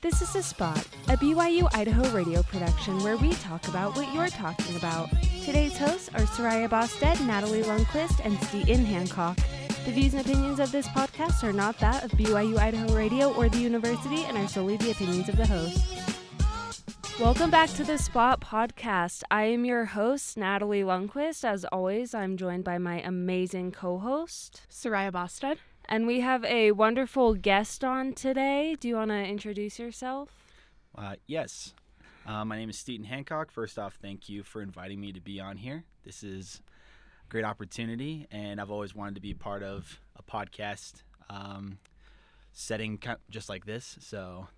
This is The Spot, a BYU Idaho radio production where we talk about what you're talking about. Today's hosts are Soraya Bosted, Natalie Lundquist, and Steven Hancock. The views and opinions of this podcast are not that of BYU Idaho Radio or the university and are solely the opinions of the hosts. Welcome back to the Spot Podcast. I am your host, Natalie Lundquist. As always, I'm joined by my amazing co host, Soraya Bosted. and we have a wonderful guest on today. Do you want to introduce yourself? Uh, yes. Uh, my name is Steven Hancock. First off, thank you for inviting me to be on here. This is a great opportunity, and I've always wanted to be part of a podcast um, setting ki- just like this. So,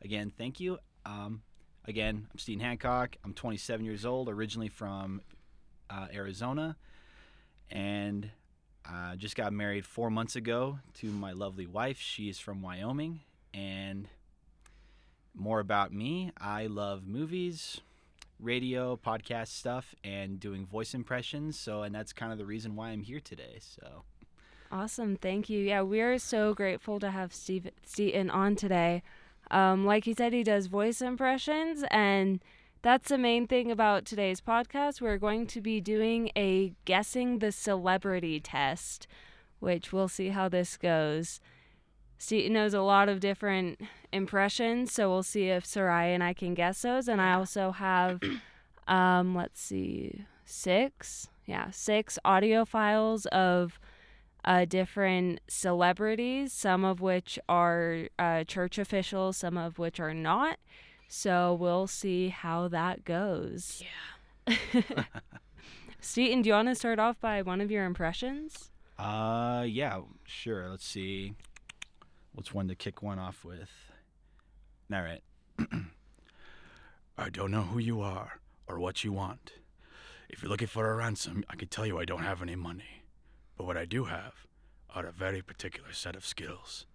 again, thank you. Um, again, I'm Steven Hancock. I'm 27 years old, originally from uh, Arizona, and I just got married four months ago to my lovely wife. She is from Wyoming, and more about me. I love movies, radio, podcast stuff, and doing voice impressions. So, and that's kind of the reason why I'm here today. So, Awesome. Thank you. Yeah, we are so grateful to have Steve Seaton on today. Um, like he said, he does voice impressions, and that's the main thing about today's podcast. We're going to be doing a guessing the celebrity test, which we'll see how this goes. Seaton knows a lot of different impressions, so we'll see if Soraya and I can guess those. And I also have, um, let's see, six, yeah, six audio files of uh, different celebrities, some of which are uh, church officials, some of which are not. So we'll see how that goes. Yeah. Seaton, do you want to start off by one of your impressions? uh, yeah, sure. Let's see. What's one to kick one off with? All right. I don't know who you are or what you want. If you're looking for a ransom, I can tell you I don't have any money. But what I do have are a very particular set of skills.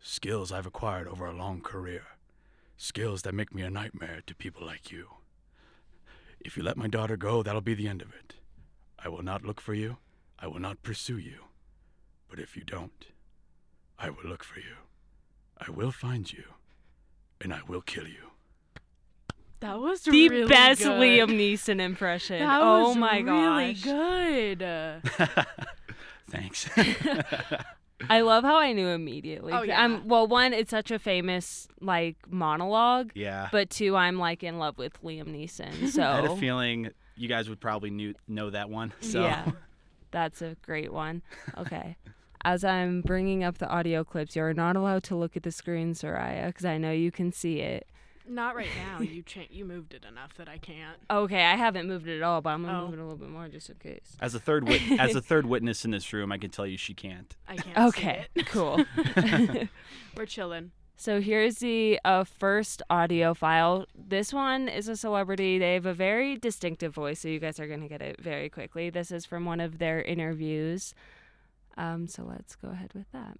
Skills I've acquired over a long career. Skills that make me a nightmare to people like you. If you let my daughter go, that'll be the end of it. I will not look for you. I will not pursue you. But if you don't, I will look for you. I will find you. And I will kill you. That was The really best good. Liam Neeson impression. That oh was my really gosh. good. Uh, Thanks. I love how I knew immediately. Oh, yeah. I'm, well, one, it's such a famous like monologue, yeah. but oh. two, I'm like in love with Liam Neeson. So I had a feeling you guys would probably knew, know that one. So Yeah, that's a great one. Okay. As I'm bringing up the audio clips, you're not allowed to look at the screen, Soraya, because I know you can see it. Not right now. You cha- you moved it enough that I can't. Okay, I haven't moved it at all, but I'm gonna Oh. move it a little bit more just in case. as a third wit- as a third witness in this room, I can tell you she can't. I can't. see Okay, it. cool. We're chilling. So here's the uh, first audio file. This one is a celebrity. They have a very distinctive voice, so you guys are going to get it very quickly. This is from one of their interviews. Um, so let's go ahead with that.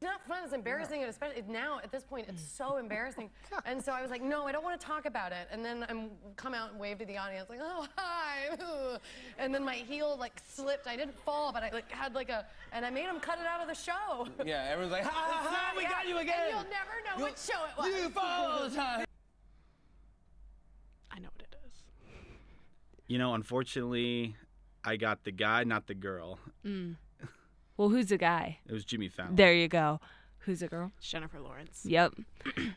It's not fun. It's embarrassing, and especially now at this point, it's so embarrassing. And so I was like, no, I don't want to talk about it. And then I'm come out and wave to the audience, like, oh hi. ooh. And then my heel like slipped. I didn't fall, but I like had like a, and I made him cut it out of the show. Yeah, everyone's like, ha ha ha, we Yeah. got you And again. you'll never know what show it was. You fall all the time. I know what it is. You know, unfortunately, I got the guy, not the girl. Well, who's the guy? It was Jimmy Fallon. There you go. Who's a girl? Jennifer Lawrence. Yep.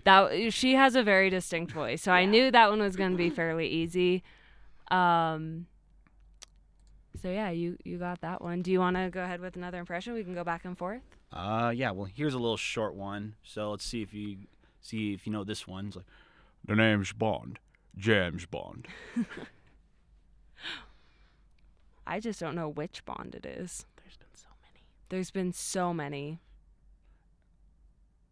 That she has a very distinct voice. So I knew that one was going to be fairly easy. Um So yeah, you you got that one. Do you want to go ahead with another impression? We can go back and forth. Uh, yeah. Well, here's a little short one. So let's see if you see if you know this one. It's like, the name's Bond, James Bond. I just don't know which Bond it is. There's been so many. There's been so many.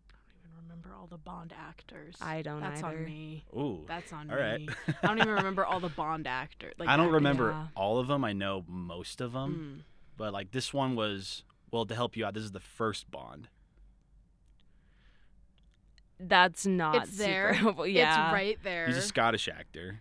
I don't even remember all the Bond actors. I don't That's either. on me. Ooh. That's on All me. right. I don't even remember all the Bond actors. Like Mm. I don't actors. remember Yeah. all of them. I know most of them, but like this one was well to help you out. This is the first Bond. That's not It's there. Super helpful. yeah. It's right there. Ah. He's a Scottish actor.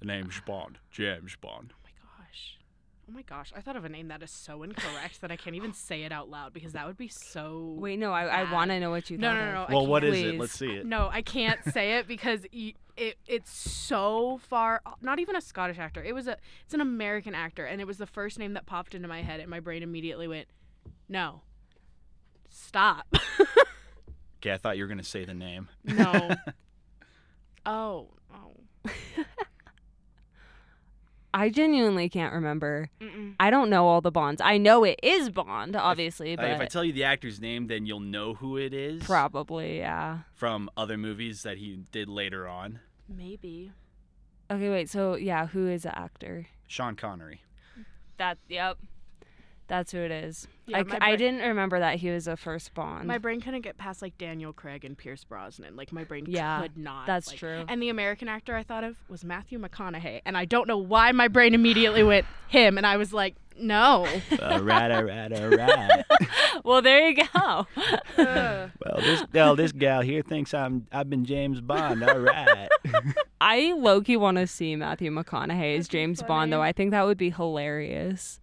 The name's Bond, James Bond. Oh my gosh. Oh my gosh, I thought of a name that is so incorrect that I can't even say it out loud because that would be so. Wait, no, I, I bad. want to know what you No, thought no, no, of. no. I Well, what can't- is it? please. Let's see it. No, I can't say it because y- it it's so far. Not even a Scottish actor. It was a. It's an American actor, and it was the first name that popped into my head, and my brain immediately went, "No, stop." Okay, I thought you were gonna say the name. no. oh. Oh. I genuinely can't remember. Mm-mm. I don't know all the Bonds. I know it is Bond, obviously, Uh, if I but tell you the actor's name, then you'll know who it is probably, yeah. from other movies that he did later on. Maybe. Okay, wait. So, yeah, who is the actor? Sean Connery. That, yep. That's who it is. Yeah, I, my c- I bra- didn't remember that he was a first Bond. My brain couldn't get past like Daniel Craig and Pierce Brosnan. Like my brain Yeah, could not. that's like- true. And the American actor I thought of was Matthew McConaughey, and I don't know why my brain immediately went him, and I was like, no. all right, all right, all right. well, there you go. well, this well, this gal here thinks I'm I've been James Bond. All right. I low key want to see Matthew McConaughey as James Bond, though. I think that would be hilarious.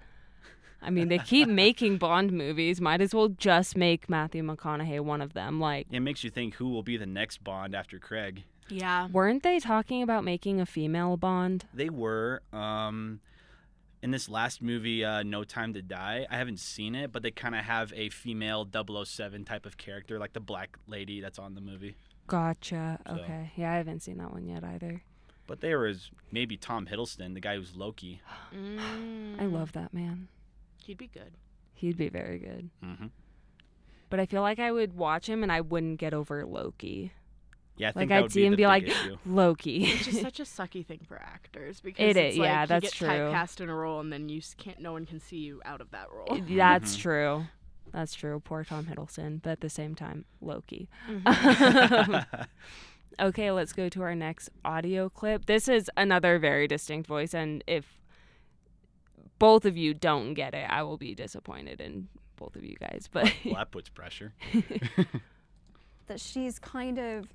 I mean, they keep making Bond movies. Might as well just make Matthew McConaughey one of them. Like, It makes you think who will be the next Bond after Craig. yeah. weren't they talking about making a female Bond? They were um, in this last movie, uh, No Time to Die. I haven't seen it, but they kind of have a female 007 type of character, like the black lady that's on the movie. Gotcha. So- Okay. Yeah, I haven't seen that one yet either. But there was maybe Tom Hiddleston, the guy who's Loki. I Mm. love that man. He'd be good. He'd be very good. Mhm. But I feel like I would watch him and I wouldn't get over Loki. Yeah, I think Like, that I'd would see be him the be big like, issue. Loki. It's just such a sucky thing for actors because It it's is- like yeah, you that's get true. typecast in a role and then you s- can't. No one can see you out of that role. Mm-hmm. That's true. That's true. Poor Tom Hiddleston, but at the same time, Loki. Mm-hmm. okay, let's go to our next audio clip. This is another very distinct voice, and if both of you don't get it, I will be disappointed in both of you guys. But Well, that puts pressure. that she's kind of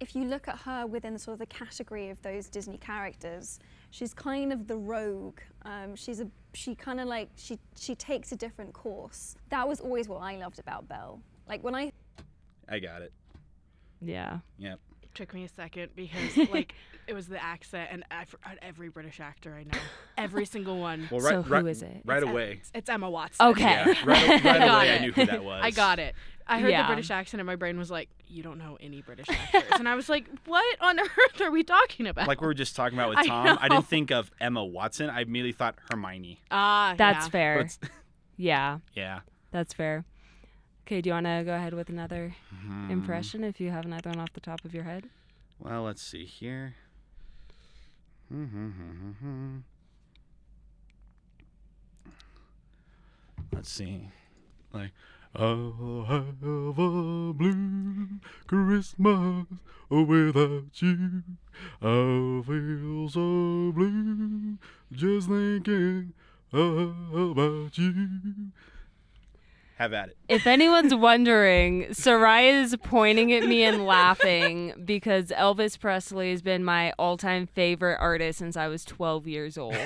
if you look at her within sort of the category of those Disney characters, she's kind of the rogue. Um, she's a she kind of like she she takes a different course. That was always what I loved about Belle. Like when I I got it. yeah, Yep. Took me a second because like it was the accent and I, for- every British actor I know, every single one. Well, right, So right, who is it? Right It's- away. It's Emma Watson. okay. Yeah, right, right Got away, I it. knew who that was. I got it. I heard Yeah. the British accent, and my brain was like, "You don't know any British actors," and I was like, "What on earth are we talking about?" Like we were just talking about I with Tom, I, know. didn't think of Emma Watson. I immediately thought Hermione. ah, That's yeah. fair. But yeah, yeah, that's fair. Okay, do you want to go ahead with another Mm-hmm. impression if you have another one off the top of your head? Well, let's see here. Hmm, Let's see. Like, I'll have a blue Christmas without you. I feel so blue just thinking about you. Have at it. If anyone's wondering, Soraya is pointing at me and laughing because Elvis Presley has been my all-time favorite artist since I was 12 years old.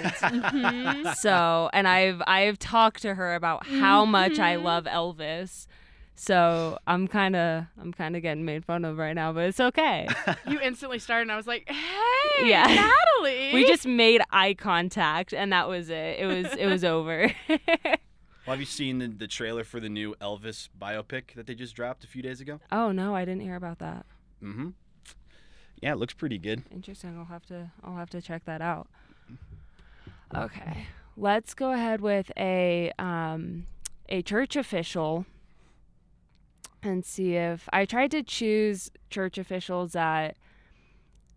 So, and I've I've talked to her about how much I love Elvis. So, I'm kind of I'm kind of getting made fun of right now, but it's okay. You instantly started, and I was like, "Hey, Yeah. Natalie." We just made eye contact and that was it. It was it was over. Well, have you seen the, the trailer for the new Elvis biopic that they just dropped a few days ago? oh no, I didn't hear about that. Mm-hmm. Yeah, it looks pretty good. Interesting. I'll have to I'll have to check that out. Okay. Let's go ahead with a um a church official and see if I tried to choose church officials that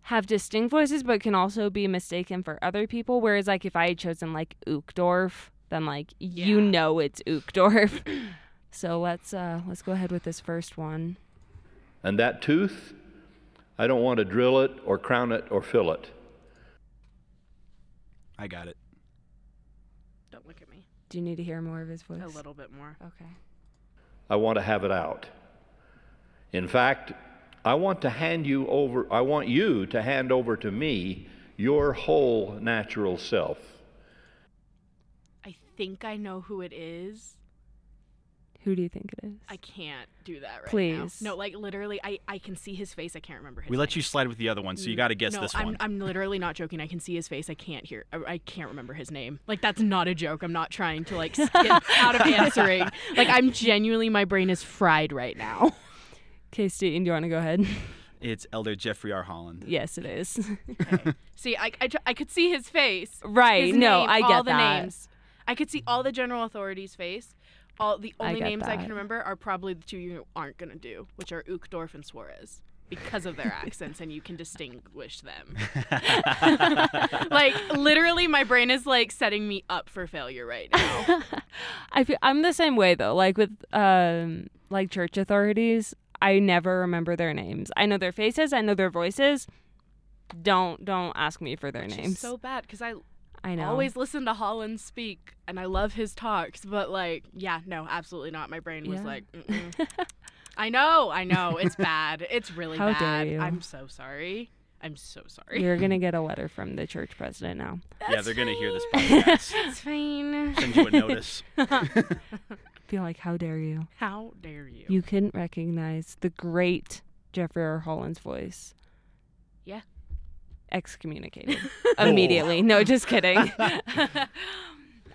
have distinct voices but can also be mistaken for other people. Whereas like if I had chosen like Uchtdorf, then like you Yeah. know it's Uchtdorf. so let's uh let's go ahead with this first one. And that tooth, I don't want to drill it or crown it or fill it. I got it. don't look at me Do you need to hear more of his voice? a little bit more. Okay. I want to have it out. In fact, I want to hand you over, I want you to hand over to me your whole natural self. think I know who it is. Who do you think it is? I can't do that right Please. now. No, like literally, I I can see his face. I can't remember his. We let name. you slide with the other one, so you got to guess Mm, no, this I'm, one. I'm literally not joking. I can see his face. I can't hear. uh, I I can't remember his name. Like that's not a joke. I'm not trying to like skip out of answering. Like I'm genuinely, my brain is fried right now. Casey, do you want to go ahead? it's Elder Jeffrey R. Holland. yes, it is. See, I I, tr- I could see his face. right. His no, name, I get all the that. names. I could see all the general authorities' face. All the I only get names I that. can remember are probably the two you aren't gonna do, which are Uchtdorf and Suarez, because of their accents, and you can distinguish them. like literally, my brain is like setting me up for failure right now. I feel I'm the same way though. Like with um like church authorities, I never remember their names. I know their faces, I know their voices. Don't don't ask me for their names. so bad because I I know. always listen to Holland speak, and I love his talks, but like, yeah, no, absolutely not. My brain was Yeah. like, Mm-mm. I know, I know, it's bad. It's really How dare bad. you. I'm so sorry. I'm so sorry. You're gonna get a letter from the church president now. yeah, they're gonna hear this podcast. It's fine. Send you a notice. Feel like how dare you? How dare you? You couldn't recognize the great Jeffrey R. Holland's voice. Yeah. Excommunicated immediately. No, just kidding. I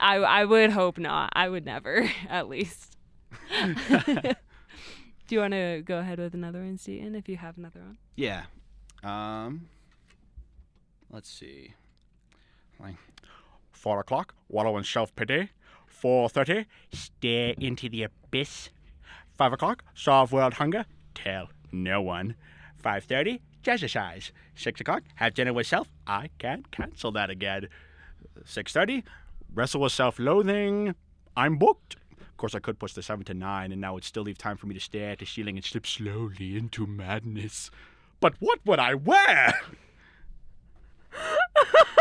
I would hope not. I would never, at least. Do you want to go ahead with another one, Seaton, if you have another one? Yeah. Um. Let's see. Like four o'clock, wallow in self pity. Four thirty, stare into the abyss. Five o'clock, solve world hunger. Tell no one. Five thirty, jazzercise. Six o'clock, have dinner with self. I can't cancel that again. Six thirty, wrestle with self-loathing. I'm booked. Of course, I could push the seven to nine, and now would still leave time for me to stare at the ceiling and slip slowly into madness. But what would I wear?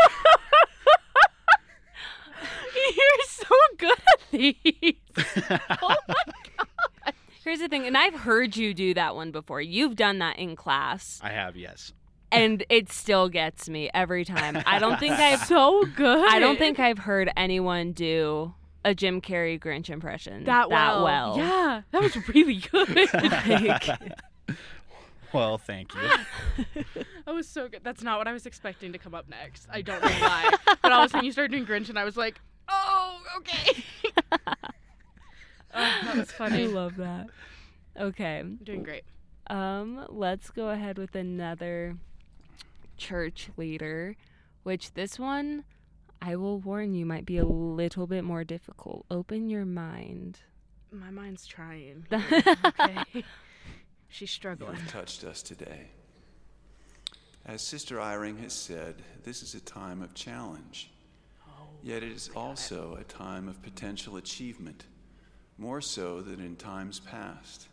You're so good at these. oh my god. Here's the thing, and I've heard you do that one before. You've done that in class, I have yes. and it still gets me every time. I don't think I've So good. I don't think I've heard anyone do a Jim Carrey Grinch impression that, well. well. Yeah, that was really good. Like, Well, thank you. That was so good. That's not what I was expecting to come up next. I don't know why. but all of a sudden you started doing Grinch and I was like, oh, okay. oh, that was I funny. love that. Okay. Doing great. Um, let's go ahead with another church leader, which this one I will warn you might be a little bit more difficult. Open your mind. My mind's trying. here, okay. She's struggling. have touched us today. As Sister Iring has said, this is a time of challenge. Yet it is also a time of potential achievement, more so than in times past.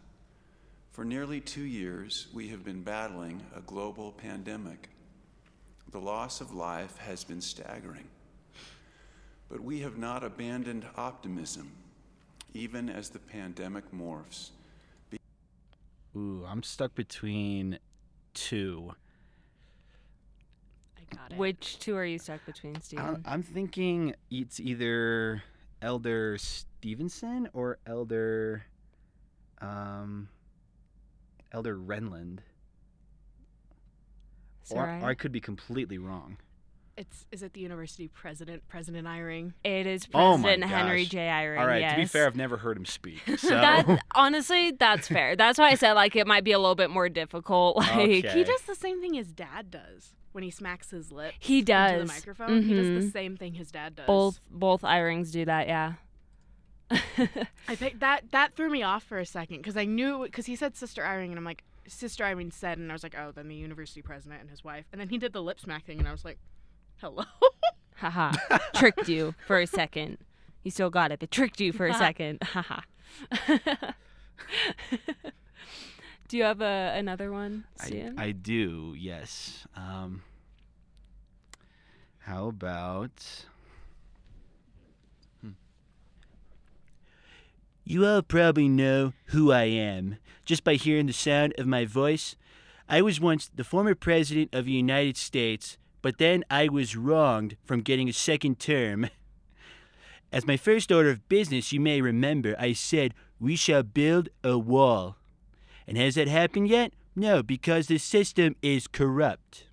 For nearly two years, we have been battling a global pandemic. The loss of life has been staggering. But we have not abandoned optimism, even as the pandemic morphs. Ooh, I'm stuck between two. I got it. Which two are you stuck between, Steven? I'm, I'm thinking it's either Elder Stevenson or Elder, um, Elder Renland. Or, Sarai? or I could be completely wrong. It's is it the university president, President Iring? It is Oh my President Henry gosh. J. Eyring. All right. To be yes. fair, I've never heard him speak. So That honestly, that's fair. That's why I said like it might be a little bit more difficult. Like Okay. He does the same thing his dad does when he smacks his lips He into the does. microphone. He does Mm-hmm. Mhm. the same thing his dad does. both both eye rings do that. Yeah. I think that that threw me off for a second because I knew because he said Sister Irene and I'm like Sister Irene said and I was like oh then the university president and his wife and then he did the lip smack thing and I was like hello Haha. tricked you for a second. You still got it, but tricked you for a second. Haha. do you have a, another one, I, Stan? I do, yes. Um, how about. Hmm. You all probably know who I am just by hearing the sound of my voice. I was once the former president of the United States, but then I was wronged from getting a second term. As my first order of business, you may remember, I said, We shall build a wall. And has that happened yet? No, because the system is corrupt.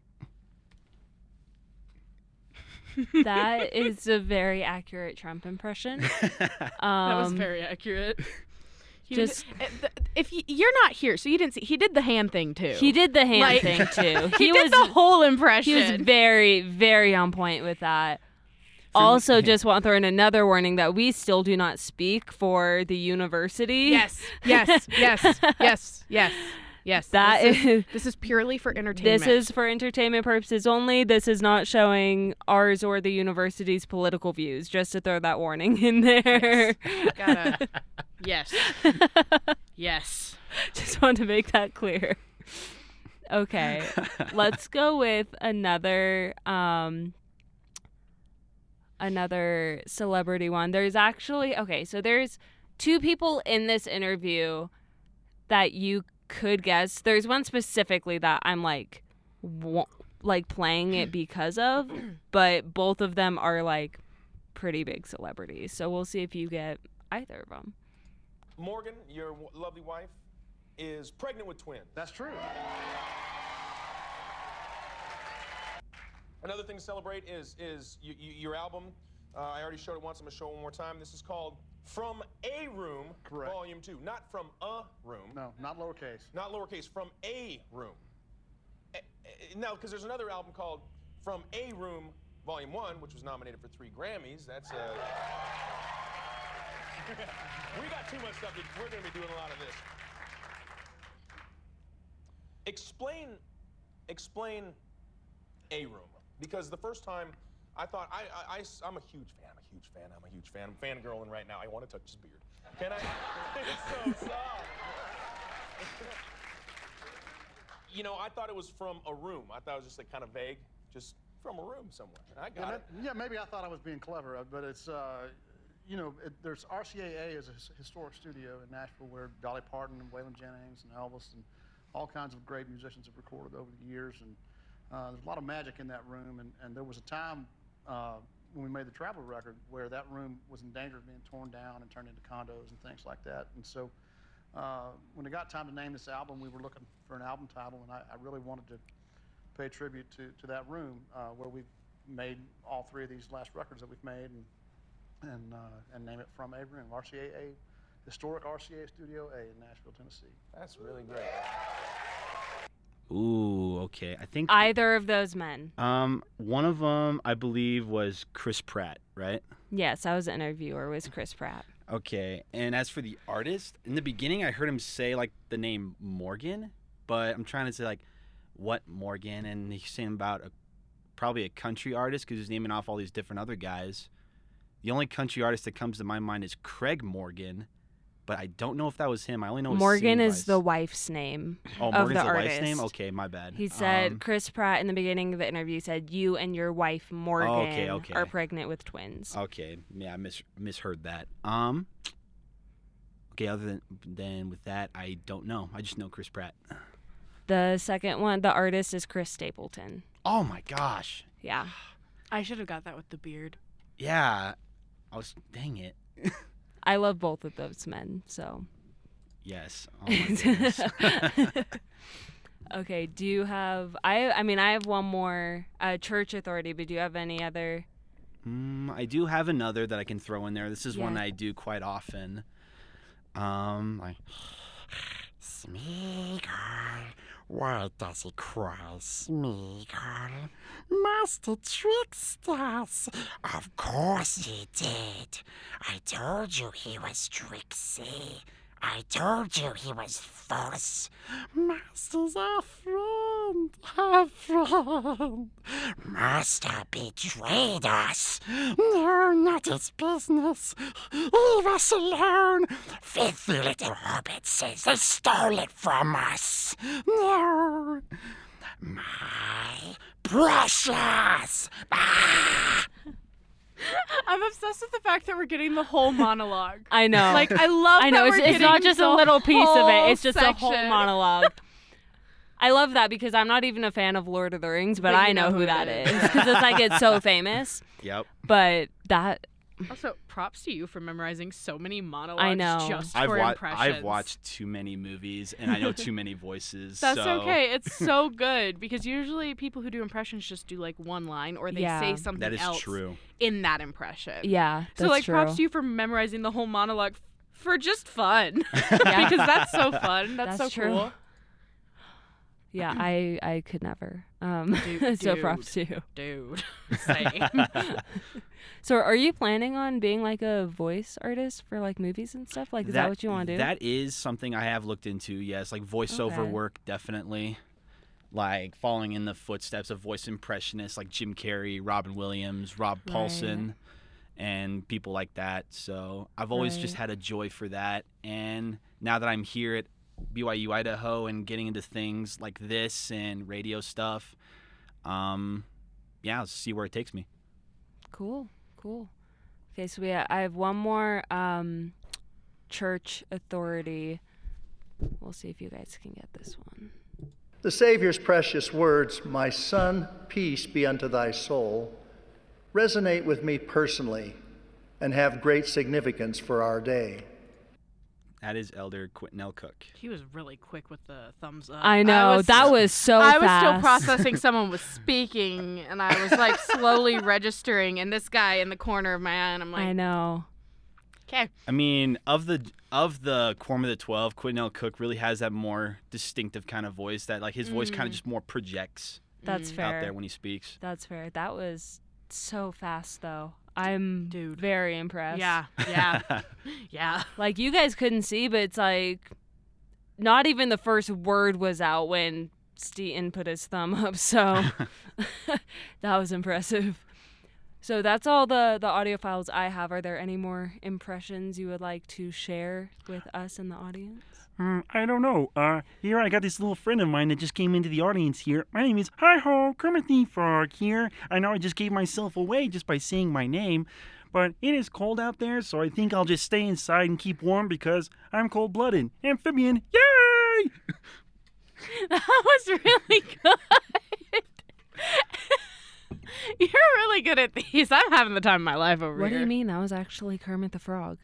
that is a very accurate Trump impression. That was Um, very accurate. He just- did- uh, th- if y- you're not here, so you didn't see. He did the hand thing too. He did the hand Like- thing too. He, did the whole impression. He was very, very on point with that. Also, just want to throw in another warning that we still do not speak for the university. yes, yes, yes, yes, yes, yes. That this is- this is purely for entertainment. This is for entertainment purposes only. This is not showing ours or the university's political views, just to throw that warning in there. gotta. yes, yes. just want to make that clear. Okay, let's go with another um another celebrity one. There's actually okay, so there's two people in this interview that you could guess. There's one specifically that I'm like wa- like playing it because of, but both of them are like pretty big celebrities. So we'll see if you get either of them. Morgan, your w- lovely wife, is pregnant with twins. That's true. Another thing to celebrate is is y- y- your album. Uh, I already showed it once. I'm gonna show it one more time. This is called From a Room, Correct. Volume Two, not from a room. No, not lowercase. Not lowercase. From a room. A- a- no, because there's another album called From a Room, Volume One, which was nominated for three Grammys. That's a. we got too much stuff. to- We're gonna be doing a lot of this. Explain, explain, a room because the first time. I thought I, I, am a huge fan. I'm a huge fan. I'm a huge fan. I'm fangirling right now. I want to touch his beard. Can I? it's so soft. you know, I thought it was from a room. I thought it was just like kind of vague, just from a room somewhere. And I got yeah, it. ma- yeah, maybe I thought I was being clever, uh, but it's, uh, you know, it, there's RCAA is a his- historic studio in Nashville where Dolly Parton and Waylon Jennings and Elvis and all kinds of great musicians have recorded over the years, and uh, there's a lot of magic in that room. And, and there was a time uh, when we made the travel record where that room was in danger of being torn down and turned into condos and things like that. And so. Uh, when it got time to name this album, we were looking for an album title, and I, I really wanted to pay tribute to, to that room uh, where we've made all three of these last records that we've made and, and, uh, and name it from a room. RCAA, historic RCA Studio A in Nashville, Tennessee. That's really great. Ooh, okay. I think Either of those men. um one of them I believe was Chris Pratt, right? Yes, I was an interviewer with Chris Pratt. Okay. And as for the artist, in the beginning I heard him say like the name Morgan, but I'm trying to say like what Morgan and he's saying about a, probably a country artist cuz he's naming off all these different other guys. The only country artist that comes to my mind is Craig Morgan, but I don't know if that was him. I only know his Morgan singing is the wife's name Oh, of Morgan's the, the, artist. wife's name? Okay, my bad. He said Um, Chris Pratt in the beginning of the interview said you and your wife Morgan Oh, okay. Uh, are pregnant with twins. Okay, yeah, I mis- misheard that. Um, okay. Other than than with that, I don't know. I just know Chris Pratt. The second one, the artist is Chris Stapleton. Oh my gosh! Yeah. I should have got that with the beard. Yeah, I was. Dang it! I love both of those men, so Yes. Oh my goodness. Okay, do you have I I mean I have one more uh, church authority, but do you have any other Mm, I do have another that I can throw in there. This is one Yeah. I do quite often. Um, like, Smeagol, why does he cry, Smeagol? Master tricked us. Of course he did. I told you he was tricksy. I told you he was false. Master's our friend. Our friend. Master betrayed us. No, not his business. Leave us alone. Filthy little hobbit says they stole it from us. No. My precious. I'm obsessed with the fact that we're getting the whole monologue. I know. Like I love. I know That it's, we're it's not getting just a the little piece of whole it. It's just a whole section. monologue. I love that because I'm not even a fan of Lord of the Rings, but, But you I know, know who who that it is is. because it's like it's so famous. Yep. But that Also, props to you for memorizing so many monologues I know. just I've, for wa- impressions. I've watched too many movies and I know too many voices. That's so- okay. It's so good because usually people who do impressions just do like one line or they Yeah. say something That is else true. in that impression. Yeah, So that's like props true. to you for memorizing the whole monologue f- for just fun. because that's so fun. That's, That's so true. cool. Yeah, I I could never. Um, Du- so dude. props to you. Dude. Same. So are you planning on being like a voice artist for like movies and stuff? Like, is that, what you want to do? That is something I have looked into. Yes, like voiceover Okay. work, definitely. Like following in the footsteps of voice impressionists like Jim Carrey, Robin Williams, Rob Right. Paulson, and people like that. So I've always just Right. had a joy for that. And now that I'm here at BYU Idaho and getting into things like this and radio stuff, um, yeah, I'll see where it takes me. Cool, cool. Okay, so we ha- I have one more um, church authority. We'll see if you guys can get this one. The Savior's precious words, My son, peace be unto thy soul, resonate with me personally and have great significance for our day. That is Elder Quintel Cook. He was really quick with the thumbs up. I know that was so. I was fast. still processing someone was speaking and I was like slowly registering and this guy in the corner of my eye and I'm I like, know. okay. I mean, of the of the Quorum of the Twelve, Quinell Cook really has that more distinctive kind of voice that like his voice kind Mm. of just more projects That's Mm. out fair. there when he speaks. That's fair. That was so fast though. I'm Dude. very impressed. Yeah, yeah, yeah. Like you guys couldn't see, but it's like not even the first word was out when Steeton put his thumb up, so that was impressive. So that's all the the audio files I have. Are there any more impressions you would like to share with us in the audience? I don't know. Uh, here I got this little friend of mine that just came into the audience here. My name is Hi Ho Kermit the Frog here. I know I just gave myself away just by saying my name, but it is cold out there, so I think I'll just stay inside and keep warm because I'm cold blooded. Amphibian, yay! That was really good. You're really good at these. I'm having the time of my life over What do here. you mean? That was actually Kermit the Frog.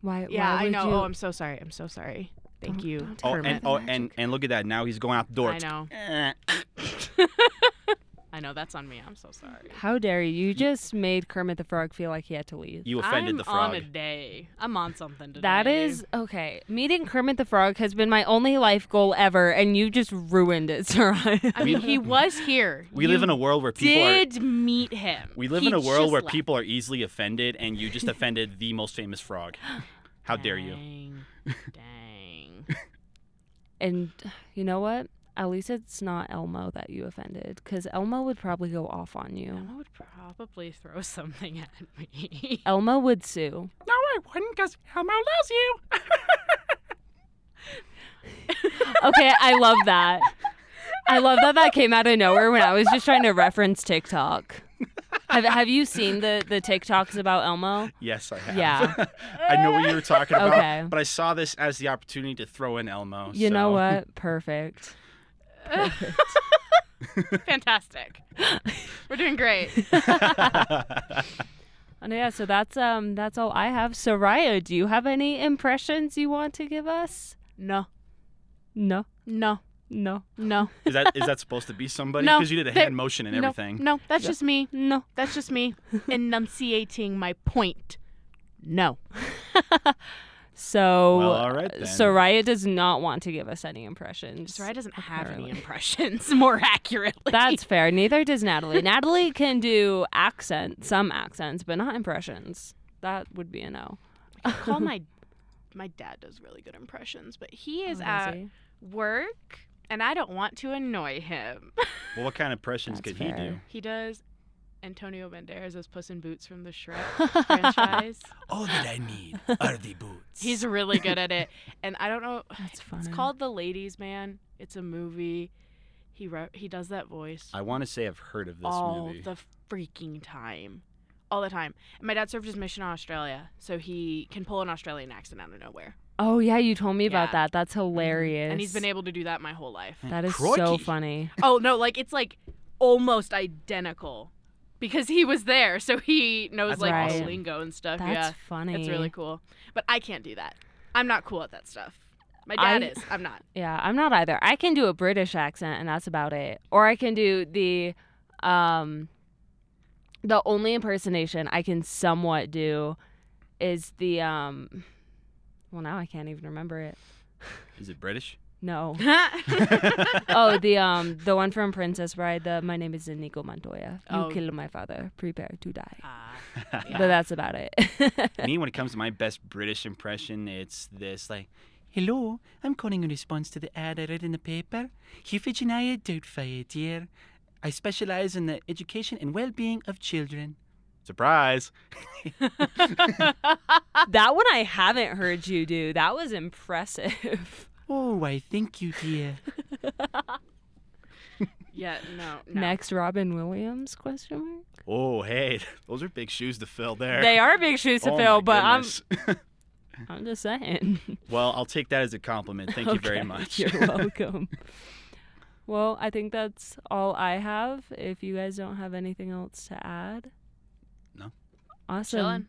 Why? Yeah, why I would know. You... Oh, I'm so sorry. I'm so sorry. Thank you. Oh, and oh, and and look at that! Now he's going out the door. I know. Eh. I know that's on me. I'm so sorry. How dare you? You just made Kermit the Frog feel like he had to leave. You offended I'm the on frog. a day. I'm on something today. That is okay. Meeting Kermit the Frog has been my only life goal ever, and you just ruined it, Soraya. I mean, he was here. we live in a world where people are. did meet him. We live in a world where people are easily offended, and you just offended the most famous frog. How dare you? Dang. And you know what? At least it's not Elmo that you offended, because Elmo would probably go off on you. I would probably throw something at me. Elmo would sue. No, I wouldn't, because Elmo loves you. Okay, I love that. I love that that came out of nowhere when I was just trying to reference TikTok. Have Have you seen the the TikToks about Elmo? Yes, I have. Yeah. I know what you were talking about, Okay. but I saw this as the opportunity to throw in Elmo. You know so- what? Perfect. Fantastic. We're doing great. And Oh, yeah, so that's um that's all I have. Soraya, do you have any impressions you want to give us? No. No. No. No. No. Is that is that supposed to be somebody? No, Because you did a there- hand motion and no, everything. No, that's Yeah. just me. No. That's just me enunciating my point. No. So Well, all right then. Soraya does not want to give us any impressions. Soraya doesn't have Apparently. any impressions, more accurately. That's fair. Neither does Natalie. Natalie can do accent, some accents, but not impressions. That would be a no. call my my dad does really good impressions, but he is Oh, does at he? work and I don't want to annoy him. Well, what kind of impressions That's could he do? fair. he does Antonio Banderas as Puss in Boots from the Shrek franchise. All that I need are the boots. He's really good at it. And I don't know That's it's funny. called The Ladies Man. It's a movie. He re- he does that voice I want to say I've heard of this all movie. the freaking time. All the time. And my dad served his mission in Australia, so he can pull an Australian accent out of nowhere. Oh yeah, you told me about Yeah. Mm-hmm. that. That's hilarious. And he's been able to do that my whole life. That is so Crikey. funny. Oh no, like it's like almost identical because he was there, so he knows That's like all awesome. the lingo and stuff. That's yeah, It's funny. really cool, but I can't do that. I'm not cool at that stuff. My dad I- is. I'm not. Yeah, I'm not either. I can do a British accent and that's about it. Or I can do the um the only impersonation I can somewhat do is the um well now I can't even remember it. Is it British? No. oh, the um the one from Princess Bride, the my name is Inigo Montoya. You Oh. killed my father. Prepare to die. yeah. But that's about it. Me, when it comes to my best British impression, it's this like, Hello, I'm calling in response to the ad I read in the paper. Huffage and I are doubtfire, dear. I specialize in the education and well-being of children. surprise. that one I haven't heard you do. That was impressive. Oh, why thank you, dear. Yeah, no. Next Robin Williams question mark? Oh, hey, those are big shoes to fill there. They are big shoes to Oh, fill, my but I'm- goodness. I'm just saying. Well, I'll take that as a compliment. Thank you very Okay, much. You're welcome. well, I think that's all I have. If you guys don't have anything else to add, No. Awesome. Chillin'.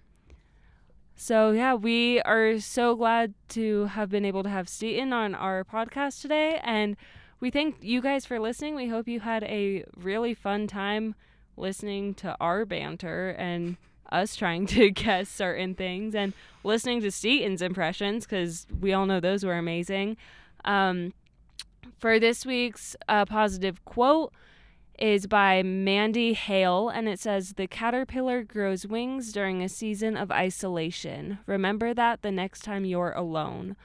So yeah, we are so glad to have been able to have Steeton on our podcast today, and we thank you guys for listening. We hope you had a really fun time listening to our banter and us trying to guess certain things and listening to Steeton's impressions because we all know those were amazing. Um, for this week's uh, positive quote is by Mandy Hale, and it says, The caterpillar grows wings during a season of isolation. Remember that the next time you're alone.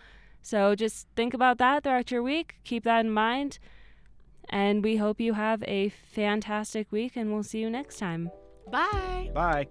So just think about that throughout your week. Keep that in mind. And we hope you have a fantastic week, and we'll see you next time. Bye. Bye.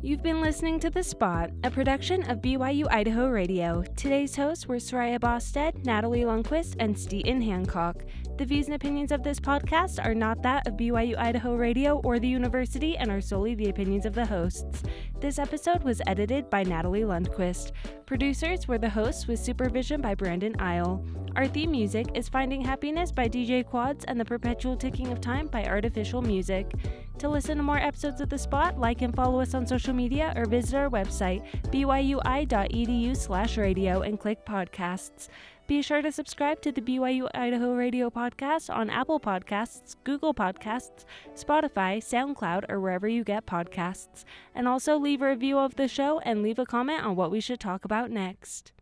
You've been listening to The Spot, a production of BYU Idaho Radio. Today's hosts were Soraya Bosted, Natalie Lundquist, and Steeton Hancock. The views and opinions of this podcast are not that of BYU Idaho Radio or the university and are solely the opinions of the hosts. This episode was edited by Natalie Lundquist. Producers were the hosts with supervision by Brandon Isle. Our theme music is Finding Happiness by DJ Quads and The Perpetual Ticking of Time by Artificial Music. To listen to more episodes of The Spot, like and follow us on social media or visit our website, byui.edu E slash radio, and click podcasts. Be sure to subscribe to the BYU Idaho Radio podcast on Apple Podcasts, Google Podcasts, Spotify, SoundCloud, or wherever you get podcasts. And also leave a review of the show and leave a comment on what we should talk about next.